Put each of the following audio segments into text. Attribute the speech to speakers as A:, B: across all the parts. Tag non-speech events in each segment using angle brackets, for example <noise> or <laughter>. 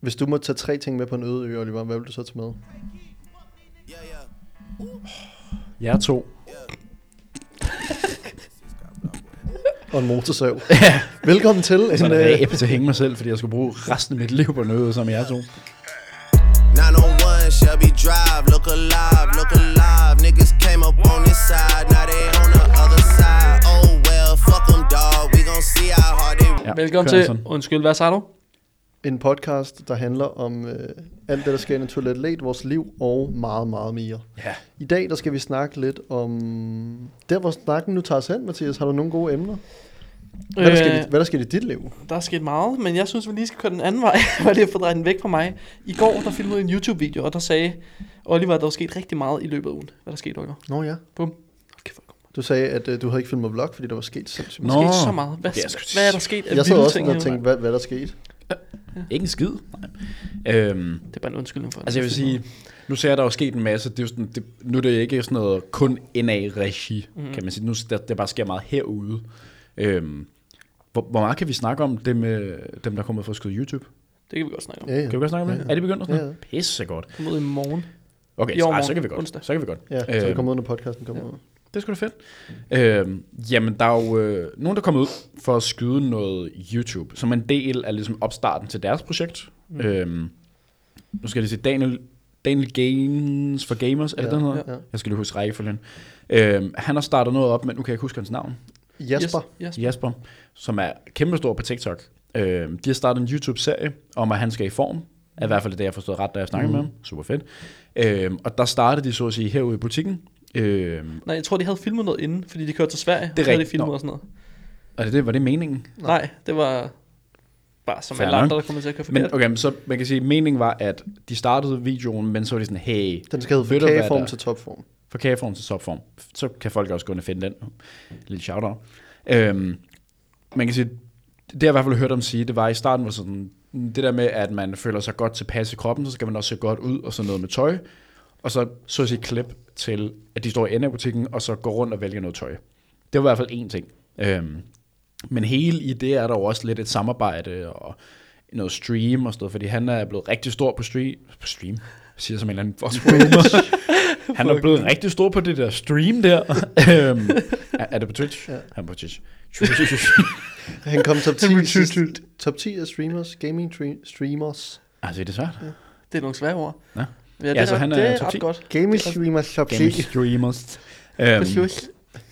A: Hvis du må tage tre ting med på en øde ø, Oliver, hvad vil du så tage med?
B: Jeg to.
A: Og en
B: <laughs>
A: motorsav. Velkommen til en...
B: Sådan en
A: Øh,
B: ræb til at hænge mig selv, fordi jeg skulle bruge resten af mit liv på noget som jeg to.
C: 901 Shelby Drive, look alive, look alive. Niggas came up on this side, now they on the other side. Oh well, fuck them, dawg. We gon' see how hard they
B: Ja,
D: Velkommen
B: kører
D: til.
B: sådan.
D: Undskyld, hvad sagde du?
A: en podcast, der handler om øh, alt det, der sker i Naturligt Late, vores liv og meget, meget mere.
B: Ja.
A: I dag, der skal vi snakke lidt om... Der, hvor snakken nu tager os hen, Mathias, har du nogle gode emner? Hvad, øh, der
D: Øh,
A: sket, i- hvad der sket i dit liv?
D: Der er sket meget, men jeg synes, vi lige skal køre den anden vej, <laughs> for lige at få drejet den væk fra mig. I går, der filmede jeg en YouTube-video, og der sagde Oliver, at der var sket rigtig meget i løbet af ugen. Hvad der skete, Oliver?
A: Nå ja.
D: Bum. Hold kæft, hvor er det
A: Du sagde, at øh, du havde ikke filmet vlog, fordi der var sket sindssygt
D: godt.
A: meget.
B: Nå.
D: Der skete så meget. Hvad,
B: Det er sgu-
D: hvad er der sket af
A: Jeg sad
D: vilde
A: også
D: ting?
A: og
D: her?
A: tænkte, hvad, hvad der skete.
B: Ikke en skid. Nej. Øhm,
D: Det er bare en undskyldning for
B: altså jeg vil sige, nu ser jeg, der er jo sket en masse. Det er jo sådan, det, nu er det ikke sådan noget kun NA-regi,
D: Mhm.
B: mm. kan man sige. Nu der, der bare sker meget herude. Øhm, hvor, hvor meget kan vi snakke om dem, øh, dem der kommer fra at skyde YouTube?
D: Det kan vi godt snakke om.
A: Ja, ja.
B: Kan vi godt snakke om det? Er det begyndt? og sådan noget? Pissegodt.
D: Kom ud i morgen.
B: Okay,
D: I overmorgen,
B: ej, så kan vi godt.
D: onsdag.
B: Så kan vi godt.
A: ja så det kommer ud, når podcasten kommer ud.
B: Det skulle sgu da fedt. Øh, jamen, der er jo øh, nogen, der kommer ud for at skyde noget YouTube, som en del af ligesom, opstarten til deres projekt. Mm. Øh, nu skal jeg lige se, Daniel, Daniel Games for Gamers, er det
A: Ja,
B: ja, den hedder?
A: ja.
B: Ja. Jeg skal lige huske rækkefølgen. Øh, han har startet noget op, men nu kan jeg ikke huske hans navn.
A: Jasper,
D: Yes, yes.
B: Jasper, som er kæmpestor på TikTok. Øh, de har startet en YouTube-serie om, at han skal i form. Er i hvert fald det, jeg forstod ret, da jeg snakkede mm. med ham. Super fedt. Øh, og der startede de, så at sige, herude i butikken. Øh,
D: Nej, jeg tror, de havde filmet noget inden, fordi de kørte til Sverige.
B: Det er
D: og så havde de
B: rigtigt.
D: filmet
B: Nå.
D: og sådan noget.
B: og det, var det meningen?
D: Nej. Nej, det var bare som
B: Fair
D: alle andre,
B: nok.
D: der kommer til at køre forbi.
B: Men okay, men så man kan sige, at meningen var, at de startede videoen, men så var de sådan, hey,
A: den skal hedde
B: ved
A: fra
B: du, hvad
A: kageform
B: der-
A: til topform.
B: fra kageform til topform. Så kan folk også gå ind og finde den. Lille shout-out. Øhm, man kan sige, det jeg i hvert fald hørte om sige, det var i starten, var sådan, det der med, at man føler sig godt tilpas i kroppen, så skal man også se godt ud og sådan noget med tøj. Og så så at sige klip til, at de står i enden af butikken, og så går rundt og vælger noget tøj. Det var i hvert fald én ting. Øhm, men hele i det er der jo også lidt et samarbejde og noget stream og sådan noget, fordi han er blevet rigtig stor på stream. På stream? Jeg siger som en eller anden fucking Han er blevet rigtig stor på det der stream <laughs> der. Øhm, er, er det på Twitch? Ja. Han er på Twitch. <laughs>
A: Han kom
D: <laughs>
A: top 10,
D: blev
A: sidst,
D: tydt.
A: top 10 af streamers, gaming tre- streamers.
B: altså, er det svært?
D: Det er nogle svære ord.
B: Ja.
D: Ja, det,
B: Ja, så
D: er,
B: han er
D: det er
B: top
D: ret
B: 10.
D: godt.
A: Gaming streamers top 10.
B: streamers. Øhm,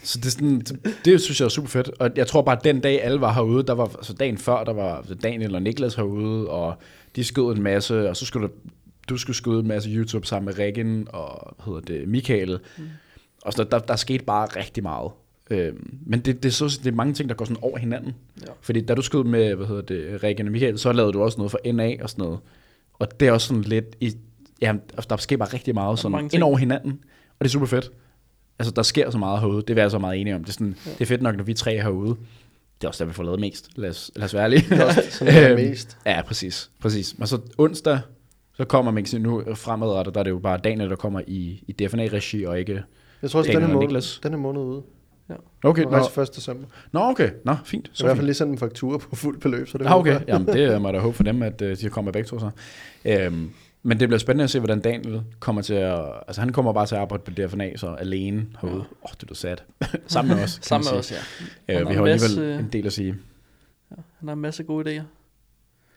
B: så det, er sådan, det, det synes jeg er super fedt. Og jeg tror bare, at den dag alle var herude, der var altså dagen før, der var altså Daniel og Niklas herude, og de skød en masse, og så skulle du, du skulle skyde en masse YouTube sammen med Regan og hvad hedder det, Michael. Mm. Og så der, der skete bare rigtig meget. Øhm, men det, det, er så, det er mange ting, der går sådan over hinanden.
D: Ja.
B: Fordi da du skød med, hvad hedder det, Regan og Michael, så lavede du også noget for NA og sådan noget. Og det er også sådan lidt, i, ja, altså, der sker bare rigtig meget sådan
D: mange
B: ind
D: ting.
B: over hinanden. Og det er super fedt. Altså, der sker så meget herude. Det er vi altså meget enige om. Det er, sådan, ja. det er fedt nok, når vi tre er herude. Det er også der, vi får lavet mest. Lad os, lad os være ærlige.
A: Det er også sådan, der er
B: Øhm,
A: mest.
B: Ja, præcis. præcis. Og så onsdag, så kommer man kan sige, nu fremadrettet, der er det jo bare Daniel, der kommer i, i DFNA-regi, og ikke...
A: Jeg tror også,
B: Daniel
A: denne
B: og
A: måned,
B: Niklas.
A: denne måned ude.
B: Okay,
A: Det
B: nå,
A: var 1. december. Jeg
B: nå okay. Nå, fint.
A: har i hvert
B: fint.
A: fald lige sendt en faktura på fuld beløb, så det
B: Ah,
A: var
B: okay.
A: godt.
B: Jamen, det er mig da håbe for dem, at øh, de kommer begge to så. Øhm, men det bliver spændende at se, hvordan Daniel kommer til at... Altså, han kommer bare til at arbejde på DFNA, så alene herude. Åh, ja. oh, det er du sat. <laughs> Sammen med os. kan man
D: Sammen med
B: sige.
D: os,
B: Øh,
D: ja. Og
B: vi
D: en
B: har jo alligevel
D: masse-
B: en del at sige.
D: Han har en masse gode idéer.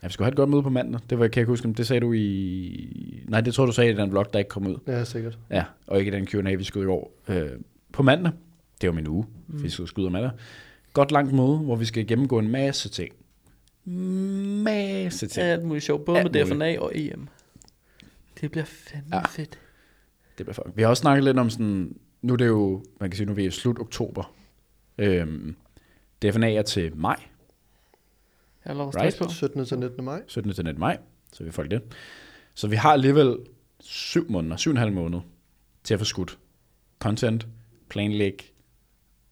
B: Ja, vi skulle have et godt møde på mandag. Det var, kan jeg ikke huske, om det sagde du i... Nej, det tror du sagde i den vlog, der ikke kom ud.
A: Ja, sikkert.
B: Ja, og ikke i den Q&A, vi skød i går. Øh, på mandag, det var min uge, mm. vi skulle skyde om mandag. Godt langt møde, hvor vi skal gennemgå en masse ting. Masse ting.
D: Alt muligt sjovt, både
B: Alt
D: med
B: muligt.
D: DFNA og EM. Det bliver fandme
B: Ja.
D: ja. fedt.
B: Det bliver fucking. Vi har også snakket lidt om sådan, nu er det jo, man kan sige, nu er vi i slut oktober. Øhm, DFNA er til maj,
D: Jeg har lov at
B: Right.
D: stress på.
A: 17. til 19. maj.
B: 17. til 19. maj, så vi får det. Så vi har alligevel 7 måneder, 7,5 måneder til at få skudt content, planlæg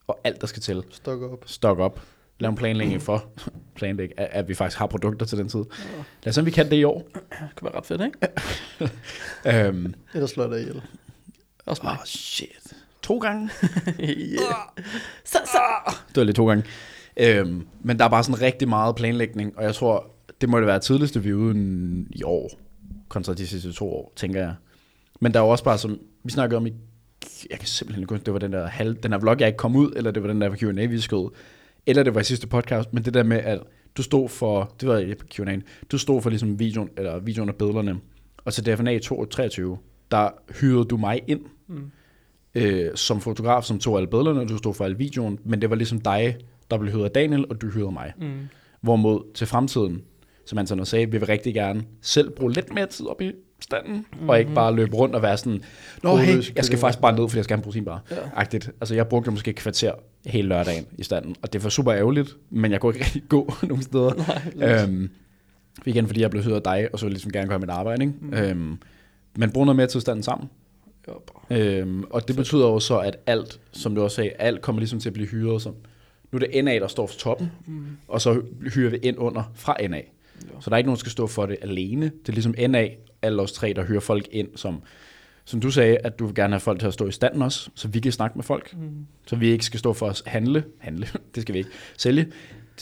B: og alt, der skal til.
A: Stok op.
B: Stock op, lav en planlægning for, <laughs> planlæg, at, at vi faktisk har produkter til den tid. Lad os se, om vi kan det i år.
D: Det kunne være ret fedt, ikke?
B: Øhm,
A: Ellers slår jeg dig ihjel.
D: Også
A: Ah.
D: mig.
B: shit. To gange.
D: <laughs> yeah.
A: Ah.
B: Det var lidt to gange. Øhm, men der er bare sådan rigtig meget planlægning, og jeg tror, det må det være tidligste vi er uden i år, kontra de sidste to år, tænker jeg. Men der er jo også bare, som vi snakkede om i, jeg kan simpelthen ikke huske, det var den der, halv, den der vlog, jeg ikke kom ud, eller det var den der Q&A, vi skød, eller det var i sidste podcast, men det der med, at du stod for, det var i Q&A, du stod for ligesom videoen, eller videoen og billederne, og til DFNA 2023, der hyrede du mig ind, mm. øh, som fotograf, som tog alle billederne, og du stod for alle videoen, men det var ligesom dig, der blev hyret af Daniel, og du hyrede mig. Mm. Hvorimod til fremtiden, som Anton også sagde, vi vil rigtig gerne selv bruge lidt mere tid op i standen, mm-hmm. og ikke bare løbe rundt og være sådan, Nå hey,
A: Hovedløse
B: jeg skal
A: køer."
B: faktisk bare ned, fordi jeg skal have en proteinbar. Ja. Agtigt. Altså jeg brugte måske et kvarter hele lørdagen i standen, og det var super ærgerligt, men jeg kunne ikke rigtig gå <laughs> nogen steder. Nej, øhm, igen, fordi jeg blev hyret af dig, og så ville jeg ligesom gerne gøre mit arbejde. Ikke? Mm. Øhm, men bruge noget mere tid i standen sammen,
D: Jo,
B: Øhm, og det betyder jo så, at alt, som du også sagde, alt kommer ligesom til at blive hyret som, nu er det NA, der står for toppen, mm. og så hyrer vi ind under fra NA. Jo. Så der er ikke nogen, der skal stå for det alene. Det er ligesom NA, alle os tre, der hører folk ind, som, som du sagde, at du vil gerne have folk til at stå i standen også, så vi kan snakke med folk. Mm. Så vi ikke skal stå for at handle. Handle, <laughs> det skal vi ikke. Sælge,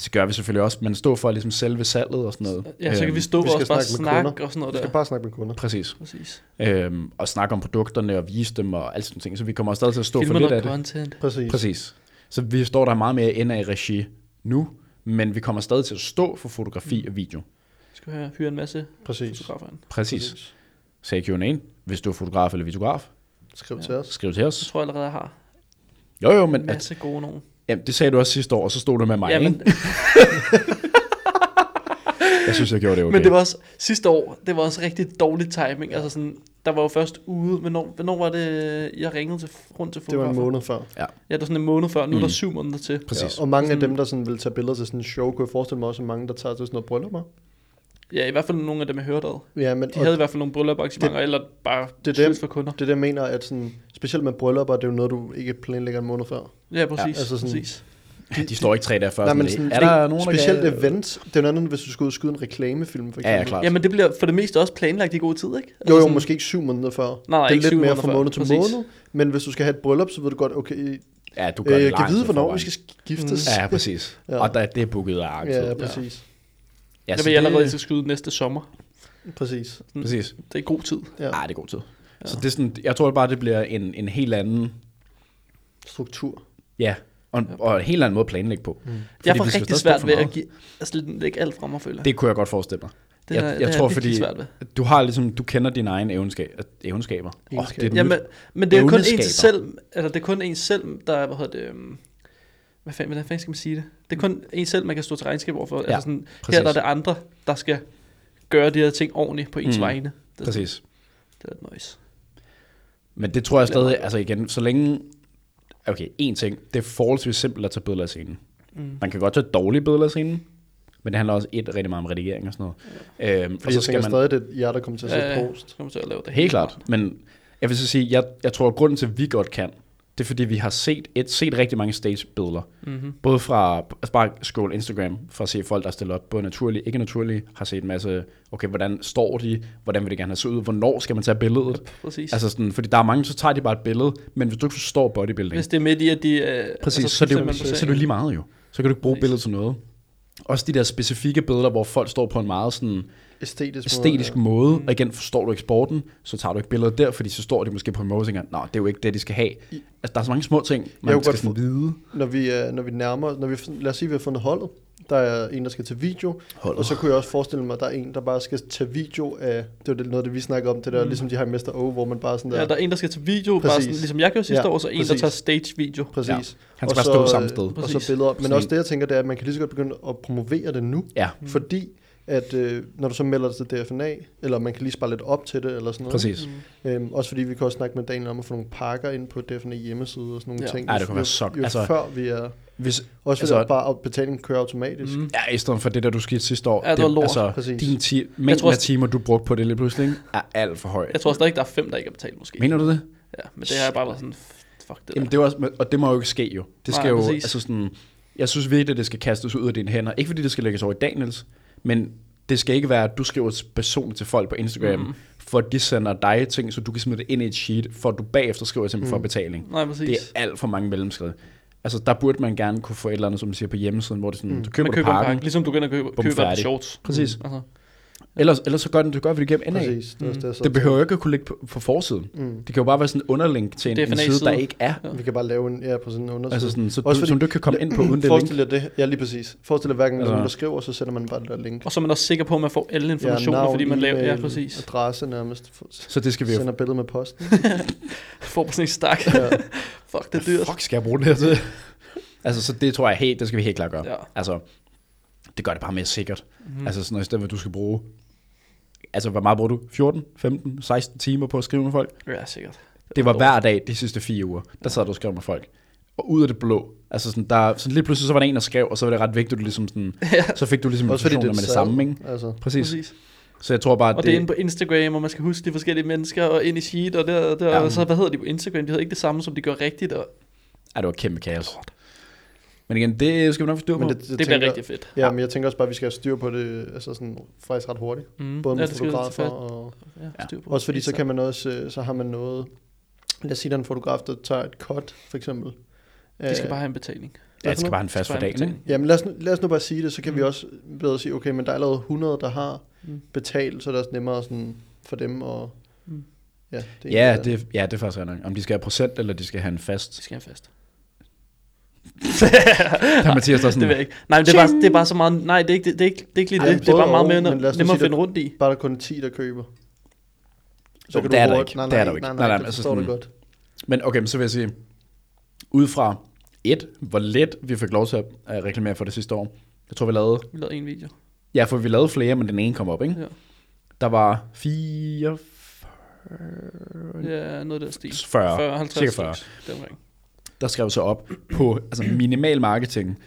B: det gør vi selvfølgelig også, men stå for ligesom selve salget og sådan noget. Øhm,
D: Ja, så kan vi stå
A: Øhm, vi
D: og
A: skal
D: også bare
A: snakke med
D: snakke
A: kunder.
D: og sådan noget
A: Vi skal
D: der.
A: bare snakke med kunder.
B: Præcis.
D: Præcis.
B: Øhm, og snakke om produkterne og vise dem og alt sådan nogle ting. Så vi kommer stadig til at stå
D: Filmer
B: for lidt af
D: noget
B: det.
D: content.
A: Præcis.
B: Præcis. Så vi står der meget mere inde i regi nu, men vi kommer stadig til at stå for fotografi og video.
D: Skal jeg hyre en masse
A: Præcis.
D: fotografer ind.
B: Præcis. Sagde Q&A, hvis du er fotograf eller videograf,
A: Skriv
D: Ja.
A: til os.
B: så skriv til
D: Jeg
B: os.
D: tror jeg allerede, jeg har
B: Jo jo, men
D: en
B: at,
D: masse gode nogen.
B: jamen, det sagde du også sidste år, og så stod du med mig.
D: Ja, men,
B: Jamen. Jeg synes, jeg
A: <laughs>
B: gjorde det okay.
D: <laughs> men det var også, sidste år, det var også rigtig dårlig timing. Altså sådan, der var jo først ude, hvornår, hvornår var det, jeg ringede til, rundt til
A: Det var
D: fotografer?
A: en måned Mm. før.
D: Ja, det var sådan en måned før, nu er der syv måneder til.
A: Ja,
B: Præcis.
A: og mange af dem, der sådan vil tage billeder til sådan en show, kunne jeg forestille mig også, at mange, der tager til sådan noget bryllupper.
D: Ja, i hvert fald nogle af dem, jeg hørte ad.
A: Ja, men
D: De
A: og
D: havde i hvert fald nogle brylluparrangementer, eller bare
A: det
D: det,
A: er dem.
D: det, for kunder.
A: det er det, jeg mener, at sådan, specielt med bryllupper, det er jo noget, du ikke planlægger en måned før.
D: Ja, præcis.
A: Ja,
D: Ja,
A: altså
D: altså
A: sådan-
D: præcis.
B: Ja, de står ikke tre dage før.
A: Nej, men
B: sådan,
A: sådan,
B: er der nogen, der
A: specielt
B: kan...
A: events, det er jo noget andet, hvis du skal ud og skyde en reklamefilm, for
B: Ja,
A: eksempel.
B: ja, klart.
D: Jamen, det bliver for det meste også planlagt i god tid, ikke? Altså,
A: Jo, jo,
D: sådan-
A: måske ikke syv måneder før.
D: Nej, nej,
A: det er
D: ikke
A: lidt
D: syv
A: mere
D: måneder
A: fra
D: før.
A: måned til
D: Præcis.
A: måned, men hvis du skal have et bryllup, så ved du godt, okay, øh,
B: Ja, du gør
A: jeg
B: det
A: kan
B: langt
A: vide,
B: i
A: hvornår vi
B: forvejen.
A: skal giftes.
B: Ja, præcis.
A: Ja.
B: Og der, det er booket af lang tid.
A: Ja, præcis.
B: Ja,
D: Jeg
B: så
D: ved allerede, at jeg
B: det,
D: skal skyde næste sommer.
A: Præcis.
B: præcis.
D: Det er god tid.
A: Ja.
B: Ja. Ah, det er god tid. Ja. Så det er sådan, jeg tror bare, det bliver en, en helt anden
A: Struktur.
B: Ja, og, en- og en helt anden måde at planlægge på. Mm.
D: jeg får rigtig svært ved at give, altså, lægge alt fra mig, føler jeg.
B: Det kunne jeg godt forestille mig.
D: Det
B: Det, jeg
D: er-
B: jeg
D: det er
B: tror,
D: virkelig
B: fordi
D: svært ved.
B: du har ligesom, du kender dine egne egenskaber. egenskaber. Oh, det er et
D: Jamen,
B: nyt-
D: men det er jo kun en
B: evneskaber.
D: til selv, eller det er kun en selv, der er, hvad hedder det, øhm, hvad fanden, hvordan fanden skal man sige det? Det er kun en selv, man kan stå til regnskab overfor. Ja, altså sådan,
B: præcis.
D: her der er det andre, der skal gøre de her ting ordentligt på ens
B: Mm,
D: mm, vegne. Det, er-
B: Præcis.
D: Det er lidt nice.
B: Men det tror jeg stadig, altså igen, så længe... Okay, en ting. Det er forholdsvis simpelt at tage billeder af scenen. Mm. Man kan godt tage dårlige billeder af scenen, men det handler også et rigtig meget om redigering og sådan noget. Øhm,
A: Fordi jeg tænker stadig, det er jer, der kommer til at sætte
D: Øh,
A: post.
D: Så kommer til at lave det
B: Helt klart, men jeg vil så sige, jeg, jeg tror, at grunden til, at vi godt kan, det er, fordi vi har set, et, set rigtig mange stagebilleder. Mm-hmm. Både fra, altså bare scroll Instagram, for at se folk, der stiller op, både naturlige, ikke naturlige, har set en masse, okay, hvordan står de, hvordan vil det gerne have set ud, hvornår skal man tage billedet? Yep,
D: præcis.
B: Altså sådan, fordi der er mange, så tager de bare et billede, men hvis du ikke forstår bodybuilding,
D: Hvis det er midt i, at de... Øh,
B: Præcis, altså, så, er det er jo,
D: man
B: så er det jo lige meget jo. Så kan du ikke bruge billedet til noget. Også de der specifikke billeder, hvor folk står på en meget sådan
A: Æstetisk,
D: øh,
B: æstetisk måde,
D: mm.
B: og igen forstår du ikke sporten, så tager du ikke billeder der, fordi så står de måske på en måde og tænker, nej, det er jo ikke det, de skal have. Altså, der er så mange små ting,
A: kunne
B: man skal
A: godt
B: sådan
A: få-
B: vide.
A: når vi, øh, når vi nærmer os, når vi, lad os sige, vi har fundet holdet, der er en, der skal til video, holdet. og så kunne jeg også forestille mig, at der er en, der bare skal tage video af, det var det, noget af det, vi snakker om, det der, mm. ligesom de har i Mester O, hvor man bare sådan der,
D: Ja, der er en, der skal til video, præcis. bare
A: Præcis.
D: sådan, ligesom jeg gjorde sidste
A: Ja,
D: ja, år, så en,
A: præcis.
D: der tager stage-video.
B: Ja.
A: præcis. Ja.
B: Han skal bare stå
D: øh,
B: samme sted.
A: Og så
D: Præcis.
A: billeder op. Men
B: Sådan
A: også det, jeg tænker, det er, at man kan lige så godt begynde at promovere det nu,
B: Ja,
A: mm. fordi at øh, når du så melder dig til DFNA, eller man kan lige spare lidt op til det, eller sådan noget.
B: præcis.
A: Øhm, også fordi vi kan også snakke med Daniel om at få nogle pakker ind på DFNA hjemmeside og sådan nogle
D: Ja.
A: ting.
B: Ej, det kunne
A: Jo-
B: være så-
A: Jo, altså,
B: altså-
A: før vi er...
B: Hvis,
A: Også fordi
B: Altså-
A: altså, bare at betalingen kører automatisk. Mm.
B: ja, i stedet for det der, du skete sidste år,
D: Ja, det var lort.
B: altså,
A: Præcis.
B: din ti- mængden
D: tror
B: af
D: også-
B: timer, du brugte på det lige pludselig, ikke, er alt for høj.
D: Jeg tror stadig, der er fem, der ikke er betalt, måske.
B: Mener du det?
D: Ja, men det har jeg bare været sådan, fuck det
B: Jamen,
D: der.
B: det er også, og det må jo ikke ske jo. Det skal
D: Nej,
B: jo,
D: præcis.
B: altså sådan, jeg synes virkelig, at det skal kastes ud af dine hænder. Ikke fordi det skal lægges over i Daniels, men det skal ikke være, at du skriver personligt til folk på Instagram, mm. for at de sender dig ting, så du kan smide det ind i et sheet, for at du bagefter skriver til dem for betaling.
D: Nej, præcis.
B: Det er alt for mange mellemskridt. Altså, der burde man gerne kunne få et eller andet, som man siger på hjemmesiden, hvor det er sådan, mm. du køber,
D: man
B: køber
D: køber en
B: pakken.
D: pakke, ligesom du kan købe,
B: Bum,
D: købe
B: færdig.
D: shorts.
B: Præcis.
D: Altså,
B: Ellers, ellers så gør den, du gør, hvad du giver NA.
A: Præcis. Det, er også
D: Mm.
A: det, jeg sad
B: Det
A: og tænkte.
B: behøver jo ikke at kunne ligge på, på forsiden. Mm. Det kan jo bare være sådan en underlink til en,
D: Det er
B: en
D: FNA
B: side, der
D: side.
B: ikke er.
A: Vi kan bare lave en, ja, på sådan en underside.
B: Altså sådan, så du,
A: Også fordi-
B: som du ikke kan komme ind på uden det link.
A: Forestil jer det. Ja, lige præcis. Forestil jer hverken, når
B: Altså-
A: nogen, der skriver, så sender man bare det der link.
D: og så er man også sikker på, at man får alle informationer, ja,
A: navn,
D: fordi man laver... Ja,
A: e-mail,
D: præcis.
A: Adresse nærmest.
B: Så det skal vi jo...
A: Sender billede med posten.
D: Får på sådan en stak.
A: Ja.
D: <laughs> Fuck, det er dyrt.
B: Fuck, skal jeg bruge det her til? <laughs> altså, så det tror jeg helt, det skal vi helt klart gøre.
D: Ja.
B: Altså, det gør det bare mere sikkert. Mm. Altså, sådan noget, i stedet for, at du skal bruge... Altså, hvor meget bruger du? 14, 15, 16 timer på at skrive med folk?
D: Ja, sikkert.
B: Det var hver dag de sidste fire uger, der sad du og skrev med folk. Og ud af det blå. Altså sådan, der, sådan lige pludselig så var der en, der skrev, og så var det ret vigtigt, at du ligesom sådan, så fik du ligesom
A: Også fordi det
B: informationer
A: er
B: med det
A: sad.
B: samme, ikke?
A: Altså,
B: Præcis. Præcis.
D: Præcis.
B: Så jeg tror bare, at
D: Og det, er inde på Instagram, og man skal huske de forskellige mennesker, og ind i sheet, og der, der
B: Ja.
D: og så hvad hedder de på Instagram? De hedder ikke det samme, som de gør rigtigt, og
B: Ja, det var kæmpe kaos. Men igen, det skal vi nok forstå på.
A: men det,
B: Det,
A: jeg
D: det bliver
A: tænker-
D: rigtig fedt.
A: Ja, men jeg tænker også bare, at vi skal have styr på det altså sådan, faktisk ret hurtigt.
D: Mm.
A: Både med
D: ja, det skal vi tage
A: fotografer
D: fat.
A: og...
D: Ja, styr på.
A: Også fordi så
D: Insta.
A: kan man også, øh, så har man noget... Lad os sige, der er en fotograf, der tager et cut, for eksempel.
D: De skal
A: Øh,
D: bare have en betaling.
B: ja, det skal bare have en
D: Det
B: fast
D: skal
B: for
D: bare
B: dagen,
D: have
B: ikke?
A: Jamen lad os, nu, lad os nu bare sige det, så kan mm. vi
D: Mm.
A: også bedre sige, okay, men der er allerede 100, der har
D: Mm.
A: mm. betalt, så er det også nemmere sådan, for dem at...
D: Mm.
A: Mm. Ja, det er
B: Ja,
A: egentlig
B: det, ja, det er faktisk ret nok. Om de skal have procent, eller de skal have en
D: De <laughs>
B: fast.
D: skal have en fast.
B: Der Mathias der er
D: Det ved jeg
B: sådan,
D: ikke. Nej, men det er, bare, det er bare så meget... Nej, det er ikke, det, det er ikke, det er ikke lige
A: Ej,
D: det. Det er
A: både
D: bare meget
A: og,
D: mere
A: men lad os nu
D: nemmere at
A: sige,
D: finde rundt i.
A: Bare der kun er 10, der køber.
B: Jo, det er der
A: hurtigt-
B: ikke.
A: Nej,
B: Det
A: nej,
B: er der jo ikke.
A: Nej,
B: Nej,
A: nej,
B: nej,
A: nej, det
B: altså
A: forstår du
B: sådan-
A: godt.
B: men okay, men så vil jeg sige, ud fra et, hvor let vi fik lov til at at reklamere for det sidste år. Jeg tror, vi lavede,
D: Vi lavede en video.
B: ja, for vi lavede flere, men den ene kom op, ikke?
D: Ja.
B: Der var fire,
D: Ja, noget der stil.
B: 40,
D: 40 50
B: cirka 40.
D: stykker. Det er omkring.
B: der skrev sig op på altså minimal marketing,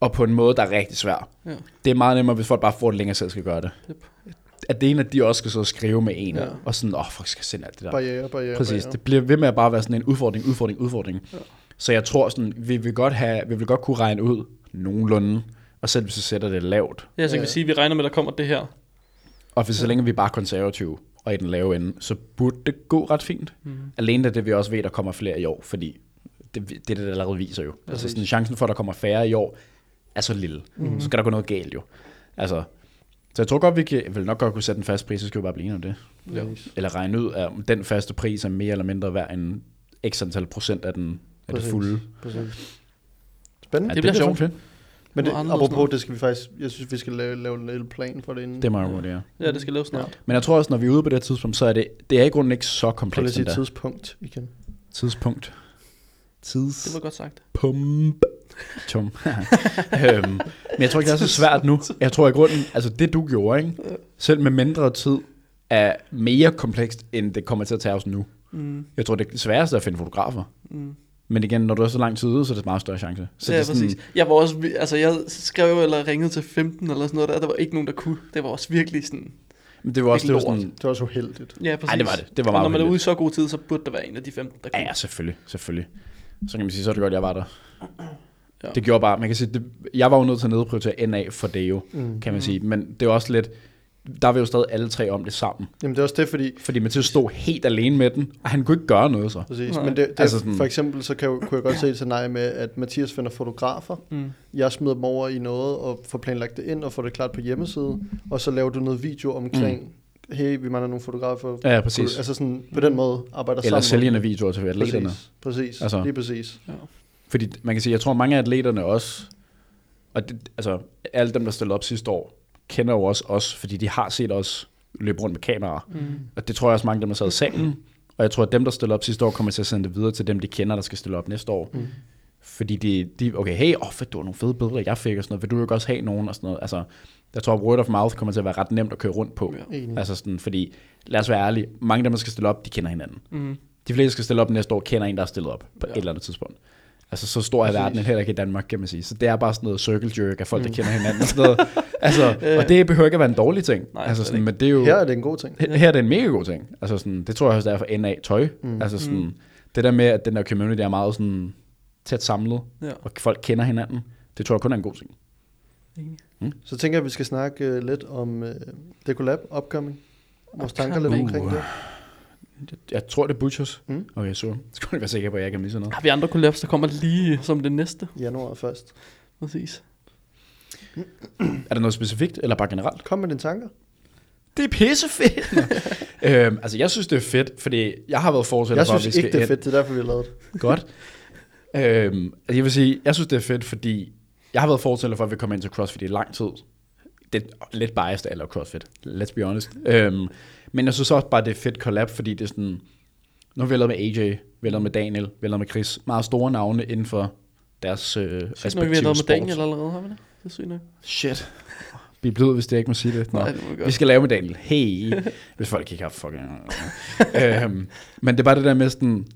B: og på en måde, der er rigtig svær.
D: Ja.
B: Det er meget nemmere, hvis folk bare får det længere selv skal gøre det.
D: Yep.
B: At det er en af de også skal så skrive med en,
D: Ja.
B: ja. og sådan, åh, oh, fuck, skal jeg sende alt det der.
A: Barriere, barriere,
B: Præcis,
A: barriere.
B: det bliver ved med at bare være sådan en udfordring, udfordring, udfordring. Ja. Så jeg tror sådan, vi vil godt have, vi vil godt kunne regne ud nogenlunde, og selv hvis vi sætter det lavt,
D: Ja, så kan vi
A: Ja.
D: sige, at vi regner med, at der kommer det her.
B: og hvis så længe vi bare er konservative og i den lave ende, så burde det gå ret fint. Mm.
A: Mhm.
B: Alene da det vi også ved, der kommer flere i år, fordi det det, er det der allerede viser jo. Altså sådan, chancen for, at der kommer færre i år, er så lille. Mm. Så skal der gå noget galt jo. Altså, så jeg tror godt, vi kan, vil nok godt kunne sætte en fast pris, så skal vi bare blive enige om det.
D: Ja.
B: Eller regne ud, at om den faste pris er mere eller mindre værd end x antal procent af, den, af det
A: Præcis.
B: fulde.
A: Præcis. Spændende.
B: Ja,
D: det bliver sjovt.
B: fedt.
A: Men det,
D: Noget anderledes
A: apropos, det skal vi faktisk, jeg synes, vi skal lave, lave en lille plan for det inden.
B: Det er meget godt, ja.
D: Ja, det skal laves snart.
B: Men jeg tror også, når vi er ude på det her tidspunkt, så er det, det er i grunden ikke så
A: Prøv lige at
B: komplekst
A: sige
B: endda.
A: tidspunkt igen.
B: Mm. Tidspunkt.
D: Det
B: Tidspunkt.
D: var godt sagt.
B: Pump. Tom. <laughs> øhm, men jeg tror ikke, det er så svært nu. Jeg tror i grunden, altså det du gjorde, ikke? selv med mindre tid, er mere komplekst, end det kommer til at tage os nu.
D: Mm.
B: Jeg tror, det sværeste er at finde fotografer.
D: Mm.
B: Men igen, når du er så lang tid ude, så er det en meget større chance. Så
D: Så ja,
B: det er sådan,
D: præcis. Jeg var også, vi- altså jeg skrev eller ringede til 15 eller sådan noget der, der var ikke nogen, der kunne. Det var også virkelig sådan,
B: Men det var også det var
D: Virkelig
B: sådan,
A: Altså, Det var også uheldigt.
D: ja præcis.
B: Ej, det var det. Det var
D: Og
B: meget
D: Når man er
B: uheldigt.
D: ude i så god tid, så burde der være en af de 15, der
B: Ja,
D: kunne.
B: ja, selvfølgelig, selvfølgelig. Så kan man sige, så er det godt, jeg var der.
D: Ja.
B: Ja. Det gjorde bare, man kan sige, det, jeg var jo nødt til at nedprioritere NA for det jo, mm. kan man sige. Men det er også lidt, der var jo stadig alle tre om det sammen.
A: Jamen det er også det, fordi
B: Fordi Mathias stod helt alene med den, og han kunne ikke gøre noget så.
A: Præcis,
D: Nej.
A: men det, det
B: Altså
A: altså
B: sådan-
A: for eksempel så kan, jeg- kunne jeg godt se et scenarie med, at Mathias finder fotografer,
D: Mm.
A: jeg smider dem over i noget og får planlagt det ind og får det klart på hjemmeside, og så laver du noget video omkring, mm. hey, vi mangler nogle fotografer.
B: Ja, præcis.
A: Kunne- Altså sådan, på den måde arbejder
B: Eller
A: sammen.
B: sælgende videoer til atleterne.
A: Præcis, præcis.
B: Altså.
A: Altså. lige præcis.
B: Fordi man kan sige, jeg tror mange af atleterne også, og det, altså alle dem, der stillede op sidste år, kender jo også os, fordi de har set os løbe rundt med kameraer. Mm. Og det tror jeg også mange af dem, der sad i salen, og jeg tror, at dem, der stillede op sidste år, kommer til at sende det videre til dem, de kender, der skal stille op næste år. Mm. Fordi de, de okay, hey, åh, fedt, du har nogle fede billeder, jeg fik, og sådan noget. Vil du jo ikke også have nogen, og sådan noget. Altså, jeg tror, at word of mouth kommer til at være ret nemt at køre rundt på.
D: Ja.
A: Enig.
B: Altså sådan, fordi, lad os være ærlige, mange af dem, der skal stille op, de kender hinanden.
D: Mm.
B: De fleste, der skal stille op næste år, kender en, der er stillet op på
D: Ja.
B: ja. et eller andet tidspunkt. Altså, så stor er
A: Præcis.
B: verden heller ikke i Danmark, kan man sige. Så det er bare sådan noget circle jerk af folk,
D: Mm.
B: der kender hinanden. og Sådan
D: <laughs>
B: noget. Altså, og det behøver ikke at være en dårlig ting.
D: Nej,
B: Nej, altså,
D: slet
B: sådan, men det er jo,
A: Her er det en god ting.
B: her, her er det en mega god ting. Altså, sådan, det tror jeg også, der er for NA tøj. Mm. Altså, sådan, mm. det der med, at den der community er meget sådan, tæt samlet,
D: Ja.
B: ja. og folk kender hinanden, det tror jeg kun er en god ting.
A: Så tænker jeg, at vi skal øh, snakke uh, lidt om uh, Decolab Upcoming. Vores tanker lidt
D: Upcoming.
A: omkring det.
B: Jeg tror, det er Butchers.
A: Mm.
B: Okay, så skulle jeg være sikker på, at jeg ikke har misset noget.
D: Har vi andre kollaps, der kommer lige som det næste?
A: Januar først.
D: Præcis.
B: Er der noget specifikt, eller bare generelt?
A: Kom med dine tanker.
B: Det er pissefedt. Nå. <laughs> øhm, altså, jeg synes, det er fedt, fordi jeg har været fortæller
A: Jeg
B: for, at vi
A: synes
B: skal
A: ikke, det er
B: ind-
A: fedt. Det er derfor, vi har
B: <laughs>
A: lavet det.
B: Godt. øhm, altså, jeg vil sige, jeg synes, det er fedt, fordi jeg har været fortæller for, at vi kommer ind til CrossFit i lang tid. Det er lidt biased, eller CrossFit. Let's be honest. Øhm, men jeg synes også bare, det er fedt collab, fordi det er sådan... Nu har vi lavet med AJ, vi har lavet med Daniel, vi har lavet med Chris. Meget store navne inden for deres øh,
D: Sygt nok, vi har
B: respektive
D: lavet med
B: sport.
D: Daniel allerede, har vi det? Det er sygt nok.
B: Shit. Bliv blød, hvis det ikke må sige det. Nå.
D: Nej, det må vi godt.
B: Vi skal lave med Daniel. Hey. Hvis folk ikke har fucking...
D: <laughs>
B: øhm, men det er bare det der med sådan...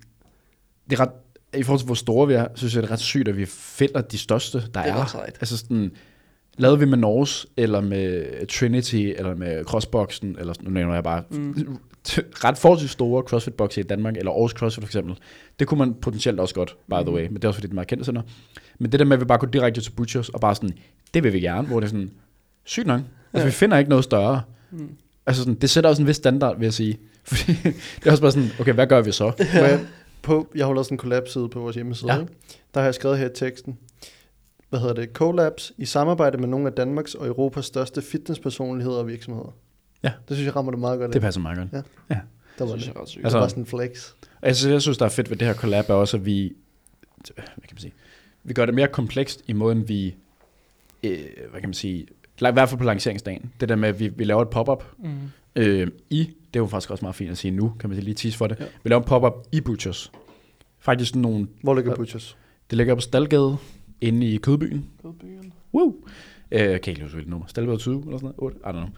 B: Det er ret, I forhold til, hvor store vi er, synes jeg, det er ret sygt, at vi fælder de største, der
D: Det er
B: er.
D: ret sejt.
B: Altså sådan... Lavede vi med Norse, eller med Trinity, eller med Crossboxen, eller sådan- nu nævner jeg bare mm. ret forholdsvis store CrossFit-bokse i Danmark, eller Aarhus CrossFit for eksempel, det kunne man potentielt også godt, by
D: Mm.
B: the way, men det er også fordi, det er meget kendt center. Men det der med, at vi bare går direkte til Butchers, og bare sådan, det vil vi gerne, hvor det er sådan, sygt nok, altså, vi finder ikke noget større. Mm. Altså sådan, det sætter også en vis standard, vil jeg sige. <laughs> Fordi det er også bare sådan, okay, hvad gør vi så?
A: Må jeg, på, jeg har jo lavet sådan en collab-side på vores hjemmeside.
B: Ja.
A: Ja. Der har jeg skrevet her i teksten. Hvad hedder det? Collabs i samarbejde med nogle af Danmarks og Europas største fitnesspersonligheder og virksomheder.
B: Ja.
A: Det synes jeg rammer det meget godt.
B: Det
A: ind.
B: passer meget godt.
A: Ja.
B: ja.
A: der var
D: Det
A: det.
D: synes jeg
A: Det
D: er ret sygt.
B: Altså-
A: var bare sådan en flex.
B: Altså, jeg synes, der er fedt ved det her collab, er også, at vi, hvad kan man sige, vi gør det mere komplekst i måden, vi, øh, hvad kan man sige, i hvert fald på lanceringsdagen. Det der med, at vi, vi laver et pop-up
D: Mm.
B: øh, i, det er jo faktisk også meget fint at sige nu, kan man sige, lige tease for det.
D: Ja.
B: Ja. Vi laver et pop-up i Butchers. Faktisk sådan nogle,
A: Hvor ligger Butchers?
B: det ligger på Stalgade, inde i Kødbyen,
D: Kødbyen.
B: Woo! Øh, kan ikke huske, hvilket nummer. Stalberg 20 eller sådan noget. 8? I don't know.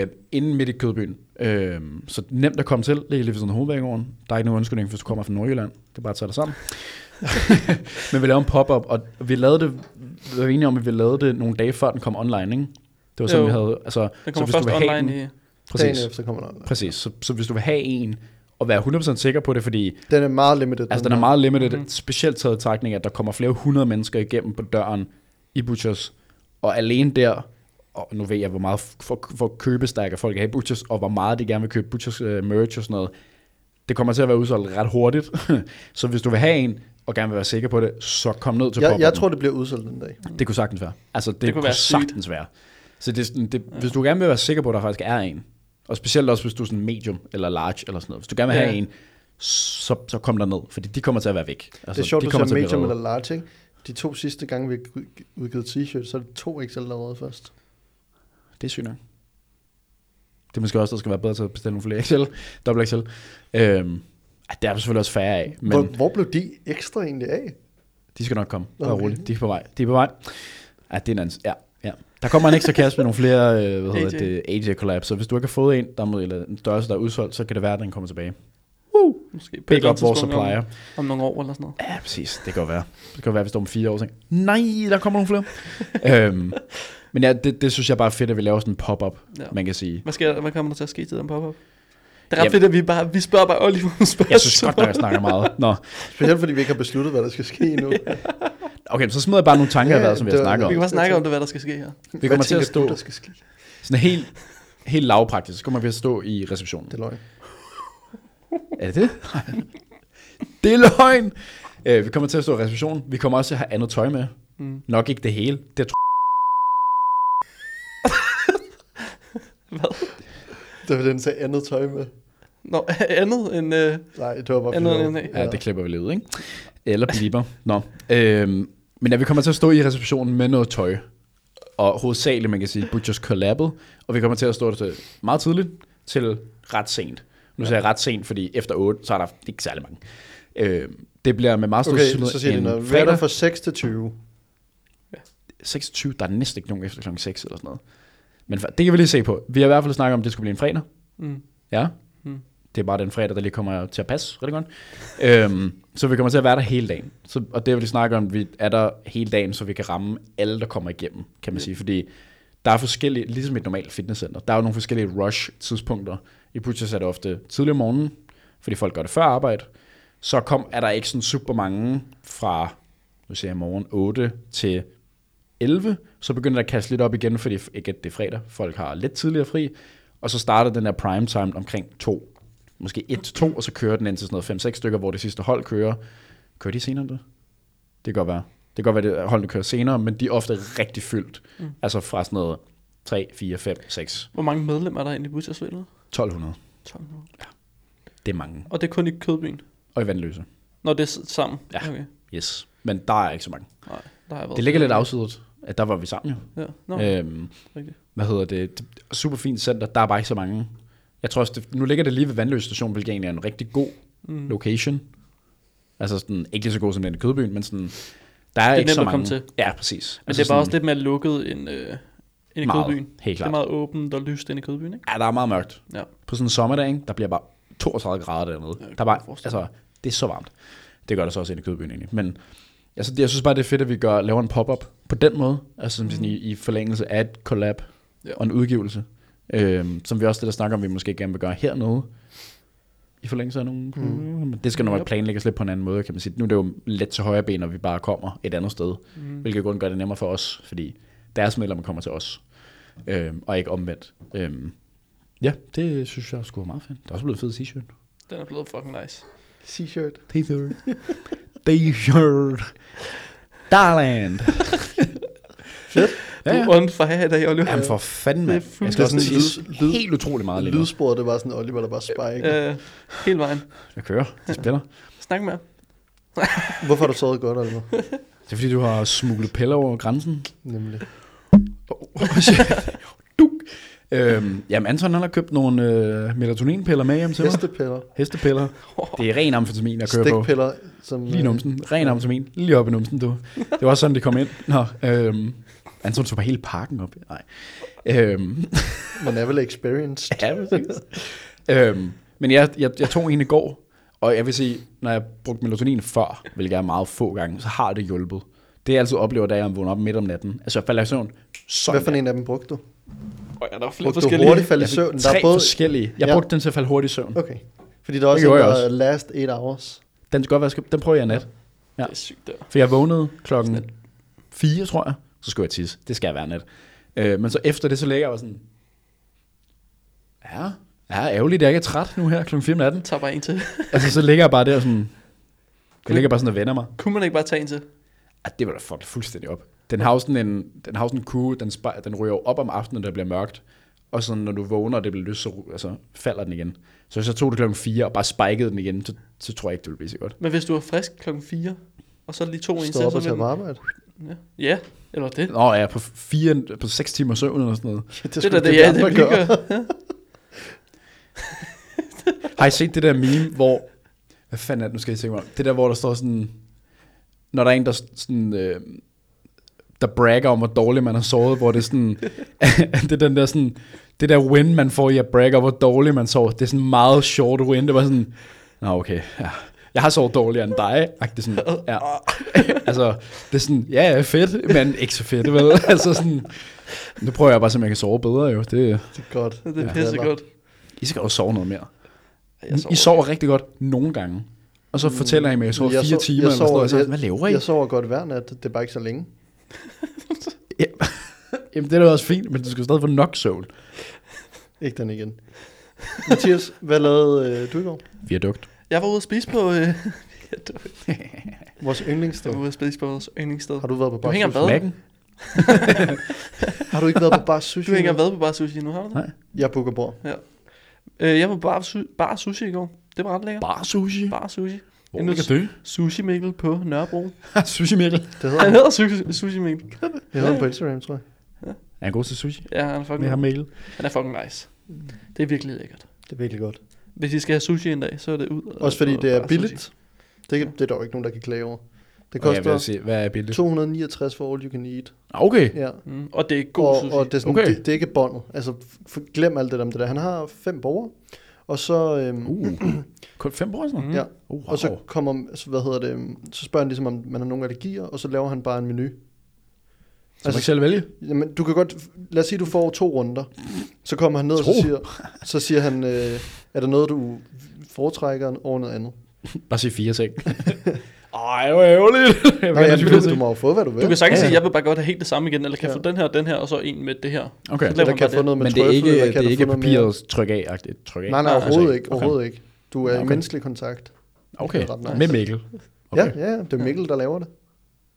B: Øh, inden midt i Kødbyen. Øh, så nemt at komme til. Ligger lige ved sådan hovedvæggården. Der er ikke nogen undskyldning, hvis du kommer fra Nordjylland. Det er bare at tage dig
D: <laughs>
B: sammen. Men vi laver en pop-up, og vi lavede det, vi var enige om, at vi lavede det nogle dage før den kom online, ikke? Det var sådan,
D: Jo.
B: vi havde, altså,
D: Den kommer
B: hvis du
D: først
B: vil have
D: online
B: den-
D: i...
A: Dagen
B: præcis,
A: efter kommer der. online.
B: præcis. Så, så, hvis du vil have en, og være 100% sikker på det, fordi
A: Den er meget limited.
B: Altså, den er meget limited,
D: Mhm.
B: mm-hmm. specielt taget i betragtning, at der kommer flere hundrede mennesker igennem på døren i Butchers, og alene der, og nu ved jeg, hvor meget for, for købestærke folk er i Butchers, og hvor meget de gerne vil købe Butchers uh, merch og sådan noget, det kommer til at være udsolgt ret hurtigt. <laughs> så hvis du vil have en, og gerne vil være sikker på det, så kom ned til
A: Jeg,
B: pop-up'en.
A: jeg tror, det bliver udsolgt den dag.
B: Det kunne sagtens være. Altså, det,
D: kunne
B: det kunne,
D: være
B: kunne
D: sygt.
B: sagtens være. Så det, er sådan- det, hvis du gerne vil være sikker på, at der faktisk er en, og specielt også, hvis du er sådan medium eller large eller sådan noget, hvis du gerne vil have
D: Ja.
B: en, så, så kom der ned, fordi de kommer til at være væk. Altså,
A: det er sjovt,
B: de
A: du ser
B: at blive
A: medium
B: reddet.
A: eller large, ikke? De to sidste gange, vi har ud- udgivet t-shirts, så er det to XL, der har været først.
B: Det er sygt nok. Det er måske også, der skal være bedre til at bestille nogle flere <laughs> XL, dobbelt XL. Øhm, ej, det er der selvfølgelig også færre af, men
A: Hvor, hvor blev de ekstra egentlig af?
B: de skal nok komme. Bare
A: Okay.
B: okay. roligt, de er på vej. De er på vej. Ej, det er en anden, ja, ja. Der kommer en ekstra kasse med nogle flere øh, hvad hedder
D: AJ.
B: det, AJ Collab, så hvis du ikke har fået en, der er mod- eller en størrelse, der er udsolgt, så kan det være, at den kommer tilbage.
D: Måske på et
B: Pick
D: eller
B: up
D: andet
B: vores
D: tidspunkt om-
B: supplier.
D: Om nogle år eller sådan noget.
B: Ja, præcis. Det kan godt være. Det kan godt være, hvis det er om fire år. Så tænker, jeg, Nej, der kommer nogle flere. øhm, men ja, det, det, synes jeg bare er fedt, at vi laver sådan en pop-up,
D: Ja.
B: ja. man kan sige.
D: Hvad, sker, der- hvad kommer der til at ske til den pop-up? Det er ret
B: Jamen-
D: fedt, at vi, bare, vi spørger bare Oliver nogle spørgsmål.
B: Jeg synes godt nok, jeg snakker meget. Nå,
A: Specielt fordi vi ikke har besluttet, hvad der skal ske
B: <laughs>
A: endnu.
B: okay, så smider jeg bare nogle tanker,
A: Ja,
B: ja, som vi har
A: det var-
B: snakket
D: vi
B: om.
D: kan bare snakke om det, hvad der skal ske her.
B: Vi kommer til at
A: tænker du,
B: stå
A: der skal ske?
B: sådan helt, helt lavpraktisk. Så kommer vi til at stå i receptionen.
A: Det er løgn.
B: Er det <laughs> det? det er løgn! Øh, vi kommer til at stå i receptionen. Vi kommer også til at have andet tøj med.
D: Mm.
B: Mm. Nok ikke det hele. Det er
D: Hvad?
A: Det var den, der sagde andet tøj med.
D: Nå, <laughs> andet end... Øh,
A: Nej, det var bare
D: Andet
A: fordi-
D: end en af.
B: Ja, det klipper vi lidt ud, ikke? Eller blipper. Nå. Øhm, men ja, vi kommer til at stå i receptionen med noget tøj. Og hovedsageligt, man kan sige, Butchers collabet. Og vi kommer til at stå der til meget tidligt til ret sent. Nu siger jeg ret sent, fordi efter 8, så er der ikke særlig mange. Øhm, det bliver med meget stor
A: Okay,
B: sandsynlighed
A: så siger de
B: en
A: noget. Hvad er der
B: Fredag
A: fra 6 til 20?
B: 26, der er næsten ikke nogen efter klokken 6 eller sådan noget. Men det kan vi lige se på. Vi har i hvert fald snakket om, at det skulle blive en fredag.
D: mm.
B: Ja.
D: Mm.
B: Mm. Det er bare den fredag, der lige kommer til at passe rigtig godt. øhm, så vi kommer til at være der hele dagen. Så, og det vil jeg snakke om, at vi er der hele dagen, så vi kan ramme alle, der kommer igennem, kan man sige. Fordi der er forskellige, ligesom et normalt fitnesscenter, der er jo nogle forskellige rush-tidspunkter. I Butchers er det ofte tidlig om morgenen, fordi folk gør det før arbejde. Så kom, er der ikke sådan super mange fra, nu siger jeg morgen, 8 til 11, så begynder der at kaste lidt op igen, fordi ikke at det er fredag, folk har lidt tidligere fri, og så starter den her prime time omkring 2. måske 1-2, og så kører den ind til sådan noget 5-6 stykker, hvor det sidste hold kører. Kører de senere end det? Det kan godt være. Det kan godt være, at holdene kører senere, men de er ofte rigtig fyldt. Mm. Altså fra sådan noget 3, 4, 5, 6,
D: Hvor mange medlemmer er der egentlig i Butchersvældet?
B: 1200.
D: 1200.
B: Det er mange.
D: Og det er kun i Kødbyen?
B: Og i vandløse.
D: Når det er s- sammen?
B: Ja.
D: Okay.
B: Yes. Men der er ikke så mange.
D: Nej, der har jeg været.
B: Det ligger lidt afsidet, at der var vi sammen jo.
D: Ja. Nå, øh.
B: Øhm,
D: rigtigt.
B: hvad hedder det? det er super fint center, der er bare ikke så mange. Jeg tror også, det, nu ligger det lige ved Vandløs station, hvilket egentlig er en rigtig god mm. location. Altså sådan, ikke lige så god som den i Kødbyen, men sådan, der er,
D: er
B: ikke så
D: nemt at
B: mange.
D: komme til.
B: Ja, præcis. Altså
D: Men det er bare også lidt mere lukket end, øh, end i
B: Meget,
D: Kødbyen.
B: helt
D: Det er
B: klart.
D: meget åbent og lyst end i Kødbyen, ikke?
B: Ja, der er meget mørkt.
D: Ja.
B: På sådan en sommerdag, ikke? der bliver bare 32 grader dernede. Ja, der er bare, altså, det er så varmt. Det gør det så også ind i Kødbyen egentlig. Men altså, det- jeg synes bare, det er fedt, at vi gør, laver en pop-up på den måde. Altså som sådan, i, i forlængelse af et collab
D: Ja.
B: ja. og en udgivelse. Øhm, som vi også lidt snakker om, vi måske gerne vil gøre hernede. I forlængelse af nogle... Mm. Det skal nok planlægges lidt på en anden måde, kan man sige. Nu er det jo let til højre ben, når vi bare kommer et andet sted. Mm. Hvilket kun gør det nemmere for os, fordi deres medlemmer kommer til os. Øhm, og ikke omvendt. Øhm, Ja, det synes jeg skulle være meget fedt. Der er også blevet fed t-shirt.
D: Den er blevet fucking nice.
A: T-shirt.
B: T-shirt. <laughs> T-shirt. Darland.
A: Fedt.
B: Ja, ja.
D: Du er on fire i dag, Oliver.
B: Jamen for fanden, mand.
D: Det er
B: Jeg skal også
A: fuldstændig
B: tisse
A: lyd- lyd-
B: helt utrolig meget lige nu.
A: Lydsporet, det var sådan Oliver, der bare spike.
D: Øh, hele vejen.
B: Jeg kører. Det spiller.
D: Snak med ham.
A: Hvorfor har du sovet godt, Oliver?
B: Det er fordi, du har smuglet piller over grænsen.
A: Nemlig.
B: <laughs> Duk. Øhm, jamen Anton han har købt nogle øh, melatoninpiller med hjem til mig.
A: Hestepiller.
B: Hestepiller. Det er ren amfetamin, jeg kører på.
A: Stikpiller. Som,
B: Lige i numsen. Ren amfetamin. Lige op i numsen, du. Det var også sådan, det kom ind. Nå, øhm, Anton tog bare hele parken op. Nej. Øhm,
A: øh, Man er vel experienced.
B: <laughs> ja, præcis. øhm, men jeg, jeg, jeg tog en i går, og jeg vil sige, når jeg brugte melatonin før, hvilket jeg meget få gange, så har det hjulpet. Det jeg altid oplever, da jeg vågner op midt om natten. Altså jeg falder i søvn. Sådan
A: Hvad for en af dem brugte du?
D: Og ja, der er flere
A: Brugte du
D: forskellige.
A: hurtigt falde
B: Jeg
A: i
B: fik
A: søvn?
B: tre der er både... forskellige. Jeg
A: Ja.
B: brugte den til at falde hurtigt i søvn.
A: Okay. Fordi der er også
B: Det
A: en,
B: gjorde jeg
A: der hedder last 8 hours.
B: Den, skal godt være, den prøver jeg i nat. Ja.
D: Det er sygt der.
B: For jeg vågnede klokken 4, tror jeg. Så skulle jeg tisse. Det skal jeg være nat. Øh, men så efter det, så ligger jeg og sådan... Ja, ja, ærgerligt, jeg ikke er træt nu her klokken 4 om <laughs> natten.
D: Jeg tager bare en til. <laughs>
B: Altså, så ligger jeg bare der og sådan... Jeg ligger bare sådan og vender mig.
D: Kunne man ikke bare tage en til?
B: Ej, det var da fucking fuldstændig op. Den har jo sådan en, den har jo sådan en kue, den, spej, den ryger jo op om aftenen, når det bliver mørkt. Og så når du vågner, og det bliver lyst, så ru- altså, falder den igen. Så hvis jeg tog det klokken 4 og bare spikede den igen, så, så tror jeg ikke, det ville blive så godt.
D: Men hvis du er frisk klokken 4, og så lige to en
A: Stå
D: til,
A: op og
D: så
A: tage
D: vil
A: på
D: den-
A: arbejde. <laughs>
D: Ja. ja, eller det.
B: Nå ja, på, fire, på 6 timer søvn eller sådan noget.
D: Det er da det, ja, det vi
A: <laughs>
D: gør.
B: Har I set det der meme, hvor... Hvad fanden er det, nu skal jeg tænke mig om? Det der, hvor der står sådan... Når der er en, der sådan... Øh, der bragger om, hvor dårligt man har sovet, hvor det er sådan... <laughs> det er den der sådan... Det der win, man får i at bragge om, hvor dårligt man sover, det er sådan en meget short win. Det var sådan... Nå, okay, ja. Jeg har sovet dårligere end dig. Agtig sådan, ja. altså, det er sådan, ja, ja, fedt, men ikke så fedt, vel? <laughs> altså sådan, nu prøver jeg bare, så jeg kan sove bedre, jo. Det,
A: Det er godt.
D: Det er pissegodt.
B: I skal jo sove noget mere.
D: Jeg
B: I sover rigtig godt nogle gange. Og
A: Mm.
B: så fortæller I mig, at jeg sover fire
A: sov-
B: timer, jeg sover, eller sådan noget. Jeg, hvad laver I?
A: Jeg sover godt hver nat, det er bare ikke så længe.
B: Jamen, det er da også fint, men du skal stadig få nok søvn.
A: Ikke den igen. Mathias, hvad lavede øh, du i går?
B: Viadukt.
D: Jeg var ude at spise på... Øh,
A: Vores
D: jeg
A: yndlingssted.
D: var ude at spise på vores yndlingssted.
A: Har du været på
D: Du
A: bar
D: hænger
A: sushi?
D: hvad?
B: Mækken?
A: Har du ikke været på bar sushi?
D: <laughs> Du hænger
A: nu?
D: hvad på Bar Sushi nu, har du det?
B: Nej.
A: Jeg booker bord.
D: Øh, jeg var på bar, su- bar Sushi i går. Det var ret lækkert.
B: Bare sushi.
D: Bar Sushi.
B: Hvor
D: Endnu
B: ligger <laughs> det?
D: Sushi Mikkel på Nørrebro.
B: sushi Mikkel.
A: Det
D: Han
A: hedder
D: hedder Sushi, sushi Mikkel.
A: jeg hedder den på Instagram, tror jeg.
B: Er han god til sushi?
D: Ja, han er fucking,
B: Med ham Mikkel.
D: han er fucking nice. Det er virkelig lækkert.
A: Det er virkelig godt.
D: Hvis I skal have sushi en dag, så er det ud. og-
A: Også fordi
D: og
A: det er
D: bare
A: billigt.
D: sushi.
A: Det, det er dog ikke nogen, der kan klage over. Det
B: Og jeg vil
A: koster
B: sige, hvad er billigt?
A: 269 for all you can eat.
B: Okay.
A: Ja.
D: Mm. Og det er god
A: Og,
D: sushi.
A: og det, er sådan,
B: Okay.
A: okay. det, det er ikke båndet. Altså, f- glem alt det der med det der. Han har fem borgere, og så, øhm, uh,
B: Uh. Kun fem år sådan?
D: Mm.
A: ja,
B: Oh, wow.
A: og så kommer, så, hvad hedder det, øhm, så spørger han ligesom, om man har nogle allergier, og så laver han bare en menu.
B: så må jeg selv vælge.
A: Jamen, du kan godt, lad os sige, du får to runder. Så kommer han ned, og så
B: To?
A: siger, så siger han, øh, er der noget, du foretrækker over noget andet?
B: Bare sige fire
A: <laughs>
B: ting. Ej, hvor ærgerligt. Jeg
A: Nå, ja,
B: vil gerne have fire
A: du, du
B: ting.
A: må jo få, hvad du vil.
D: Du kan sagtens
B: Ja,
D: ja,
B: ja.
D: sige, jeg vil bare godt have helt det samme igen, eller kan jeg få
A: Ja.
D: den her, den her, og så en med det her.
B: Okay.
D: Så laver
A: eller
D: man bare
A: kan få
D: det.
A: noget med
B: Men det er
A: trøffel,
B: ikke,
A: eller kan
B: det
A: du
B: er
A: få
B: ikke
A: noget mere?
B: papiret tryk af. agtigt. Tryk af.
A: Nej, nej,
D: Nej,
A: overhovedet
B: altså ikke.
A: ikke. Overhovedet ikke. Du er okay. i
B: Okay.
A: menneskelig kontakt.
B: Okay,
A: Det er ret nice.
B: med Mikkel.
A: Okay.
B: Okay.
A: Ja, ja, det er Mikkel, der laver det.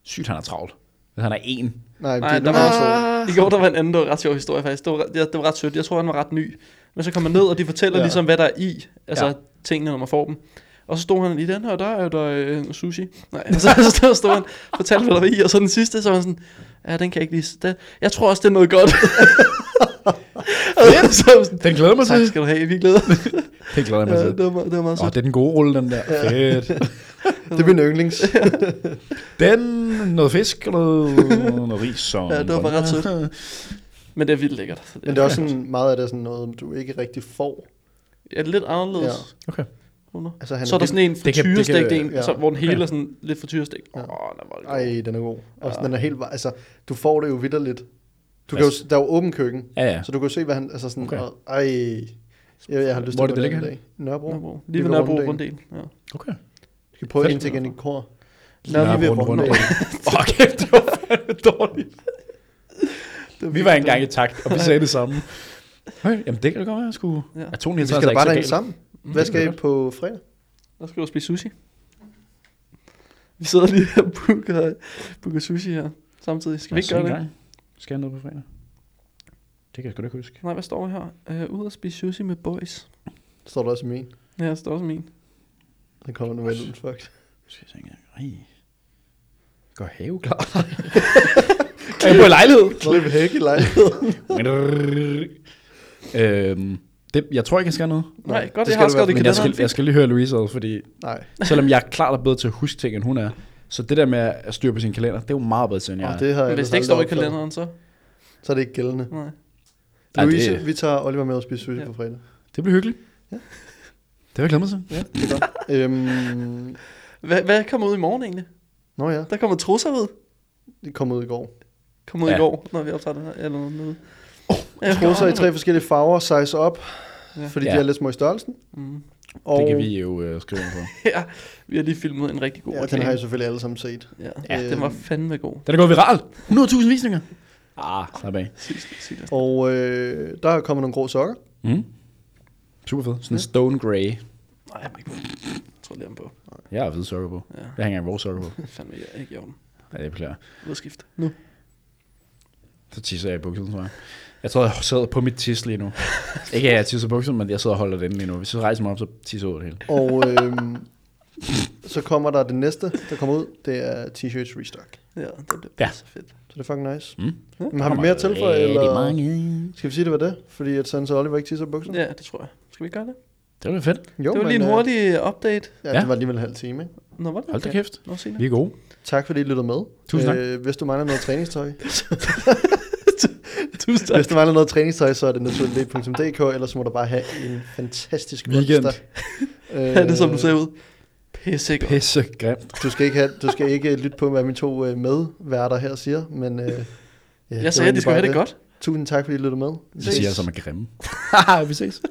B: Sygt, han er travlt. Hvis han er
D: <laughs>
B: en.
A: Nej,
D: Nej,
A: det
D: der
A: er meget sødt.
D: var, I går der var en anden, der var en ret sjov historie faktisk. Det var, det, det var ret sødt. Jeg tror, han var ret ny. Men så kom han ned, og de fortæller
A: Ja.
D: ja. ligesom, hvad der er i. Altså
B: Ja.
D: ja. tingene, når man får dem. Og så stod han i den her, der er der øh, sushi. Nej,
A: <laughs>
D: og så, så stod, stod han og fortalte, hvad der var i. Og så den sidste, så var han sådan, ja, den kan jeg ikke lide. Den, jeg tror også, det er noget
A: <laughs>
D: godt. og så var jeg sådan,
B: Den glæder mig
D: tak skal du have, vi glæder.
B: Den glæder jeg mig
D: Ja,
B: til.
D: det var, det var meget
B: Åh,
D: sødt.
B: det er den gode rulle, den der. Fedt.
A: Det er min
D: <laughs>
A: yndlings.
B: Den, noget fisk og noget, noget ris. Og
D: Ja, det var bare ret sødt. <laughs> Men det er vildt lækkert. Så det,
A: Men det er også sådan, meget af det er sådan noget, du ikke rigtig får.
D: ja, lidt anderledes.
A: Ja.
B: Okay.
D: Under.
A: Altså, han
D: så er der sådan en
B: det kan- det
D: frityrestegt
B: kan-
D: en,
A: ja.
D: ja. så, hvor den hele
B: Okay.
D: er sådan lidt frityrestegt. Åh,
A: Ja.
D: ja. oh, den var det god.
A: Ej, den er god. Og
D: Ja.
A: den er helt, var- altså, du får det jo vidderligt. Du kan jo,
B: Altså-
A: der er jo åben køkken,
B: Ja, ja.
A: så du kan jo se, hvad han, altså sådan,
B: Okay.
A: okay. og, ej, jeg, jeg har lyst
B: Hvor er
A: til
B: det, det ligger
A: i dag. Nørrebro.
D: Nørrebro.
A: Lige
D: Lige ved
A: ved
D: Nørrebro
A: Runddelen.
D: Runddel. Ja.
B: Okay.
A: Vi kan prøve at
B: Fedt.
A: indtænke en kor.
D: Nørrebro
A: ved
B: rundt, rundt,
A: Runddel.
B: rundt. Fuck, det var fandme dårligt. Vi var ikke engang i takt, og vi sagde det samme. Okay, jamen det kan det godt være, jeg skulle...
D: Ja.
B: Ja.
A: Vi skal da bare derind sammen.
B: Mm.
A: Hvad skal I på fredag?
D: Der skal du spise sushi. Vi sidder lige her og booker, booker sushi her samtidig. Skal vi ikke gøre det?
B: Skal jeg noget på fredag? Det kan jeg sgu da ikke huske.
D: Nej, hvad står her? Uh, ud og spise sushi med boys.
A: Det står der også i min.
D: Ja, der står også min.
A: Den kommer nu vel ud, fuck.
B: Skal jeg tænke, ej. Går have klar.
D: <laughs>
B: er jeg på lejlighed?
A: Klip hæk i lejligheden.
B: øhm, det, jeg tror ikke, jeg skal noget.
D: Nej,
A: Nej,
D: godt,
A: det
D: jeg har
A: skal du
D: skrevet det i
B: Men jeg skal,
D: kalenderen.
B: jeg skal lige høre Louise ad, fordi
A: Nej.
B: selvom jeg er klart bedre til at huske ting, end hun er, så det der med at styre på sin kalender, det er jo meget bedre til, end jeg
A: Ja.
B: er.
A: det har
D: Men
A: jeg
D: hvis
A: ellers
D: det ikke står i
A: aldrig opdaget.
D: kalenderen, så...
A: Så er det ikke gældende.
D: Nej.
B: Ej,
A: Louise,
B: det-
A: vi tager Oliver med og spiser sushi
D: Ja.
A: på fredag.
B: Det bliver hyggeligt.
A: Ja.
B: Ja. Det har jeg glædet mig til.
A: Ja, det er
B: <laughs>
A: godt. øhm,
D: Hvad, hvad kommer ud i morgen egentlig?
A: nå ja,
D: Der kommer trusser ud.
A: det kom ud i går.
D: Kommer ud
B: Ja.
D: i går, når vi optager det her. Eller noget. nede.
A: Oh,
D: Ja.
A: Trusser i tre forskellige farver, size op,
D: Ja.
A: fordi
B: Ja.
A: de er lidt små i størrelsen.
D: Mm.
A: Og
B: Det kan vi jo øh, skrive ind på.
D: Ja, vi har lige filmet en rigtig god
A: Ja, den
D: reklame.
A: har Øhm. I selvfølgelig alle sammen set.
D: Ja,
A: Ja.
D: ja. den var fandme god.
B: Den er gået viral. 100.000 visninger. Ah, slap af.
D: Sygt, sygt.
A: Og øh, der er kommet nogle grå sokker.
B: Mm. Super fed. Sådan en stone grey.
D: Nej, jeg er ikke på. Jeg tror, det er ham på.
B: Jeg har hvide sokker på.
D: Ja, <laughs>
B: Jeg har ikke engang rose sokker på.
D: fandme, jeg ikke i orden.
B: Ja, det beklager.
D: Udskift. Nu.
B: Så tisser jeg i bukserne, tror jeg. Jeg tror, jeg sidder på mit tis lige nu. ikke at jeg tisser i bukserne, men jeg sidder og holder den lige nu. Hvis jeg rejser mig op, så tisser jeg ud af det hele.
A: Og øh, så kommer der det næste, der kommer ud. Det er t-shirts restock.
D: Ja, det bliver
B: Ja.
D: ja. så fedt.
A: Så det er fucking nice.
B: Mm.
A: Men har vi mere til for,
B: Rigtig
A: eller
B: mange.
A: skal vi sige, det var det? Fordi at Sansa og Oliver ikke tisser i bukserne?
D: Ja, det tror jeg. Skal vi gøre det?
B: Det var fedt.
A: Jo,
D: det var lige
A: men,
D: en
A: øh,
D: hurtig update.
A: Ja,
B: Ja.
A: det var alligevel en halv time. Ikke?
D: Nå, var det?
B: Hold da kæft.
D: Nå, Signe.
B: Vi er gode.
A: Tak fordi I lyttede med.
B: Tusind tak.
A: Øh, hvis du mangler noget træningstøj,
D: Tusind tak.
A: hvis du mangler noget træningstøj, så er det naturligt.dk, ellers må du bare have en fantastisk
B: Weekend.
A: onsdag. Øh,
D: <laughs> Ja, det er, som du ser ud. Pissig.
B: Pisse grimt.
A: Du skal ikke, have, du skal ikke lytte på, hvad mine to øh, medværter her siger, men... Øh, ja, det var
D: Jeg sagde, at de
A: egentlig
D: skulle
A: bare
D: have det godt.
A: Tusind tak, fordi I lyttede med. Vi
B: Det siger jeg, som er grimme. <laughs> vi ses.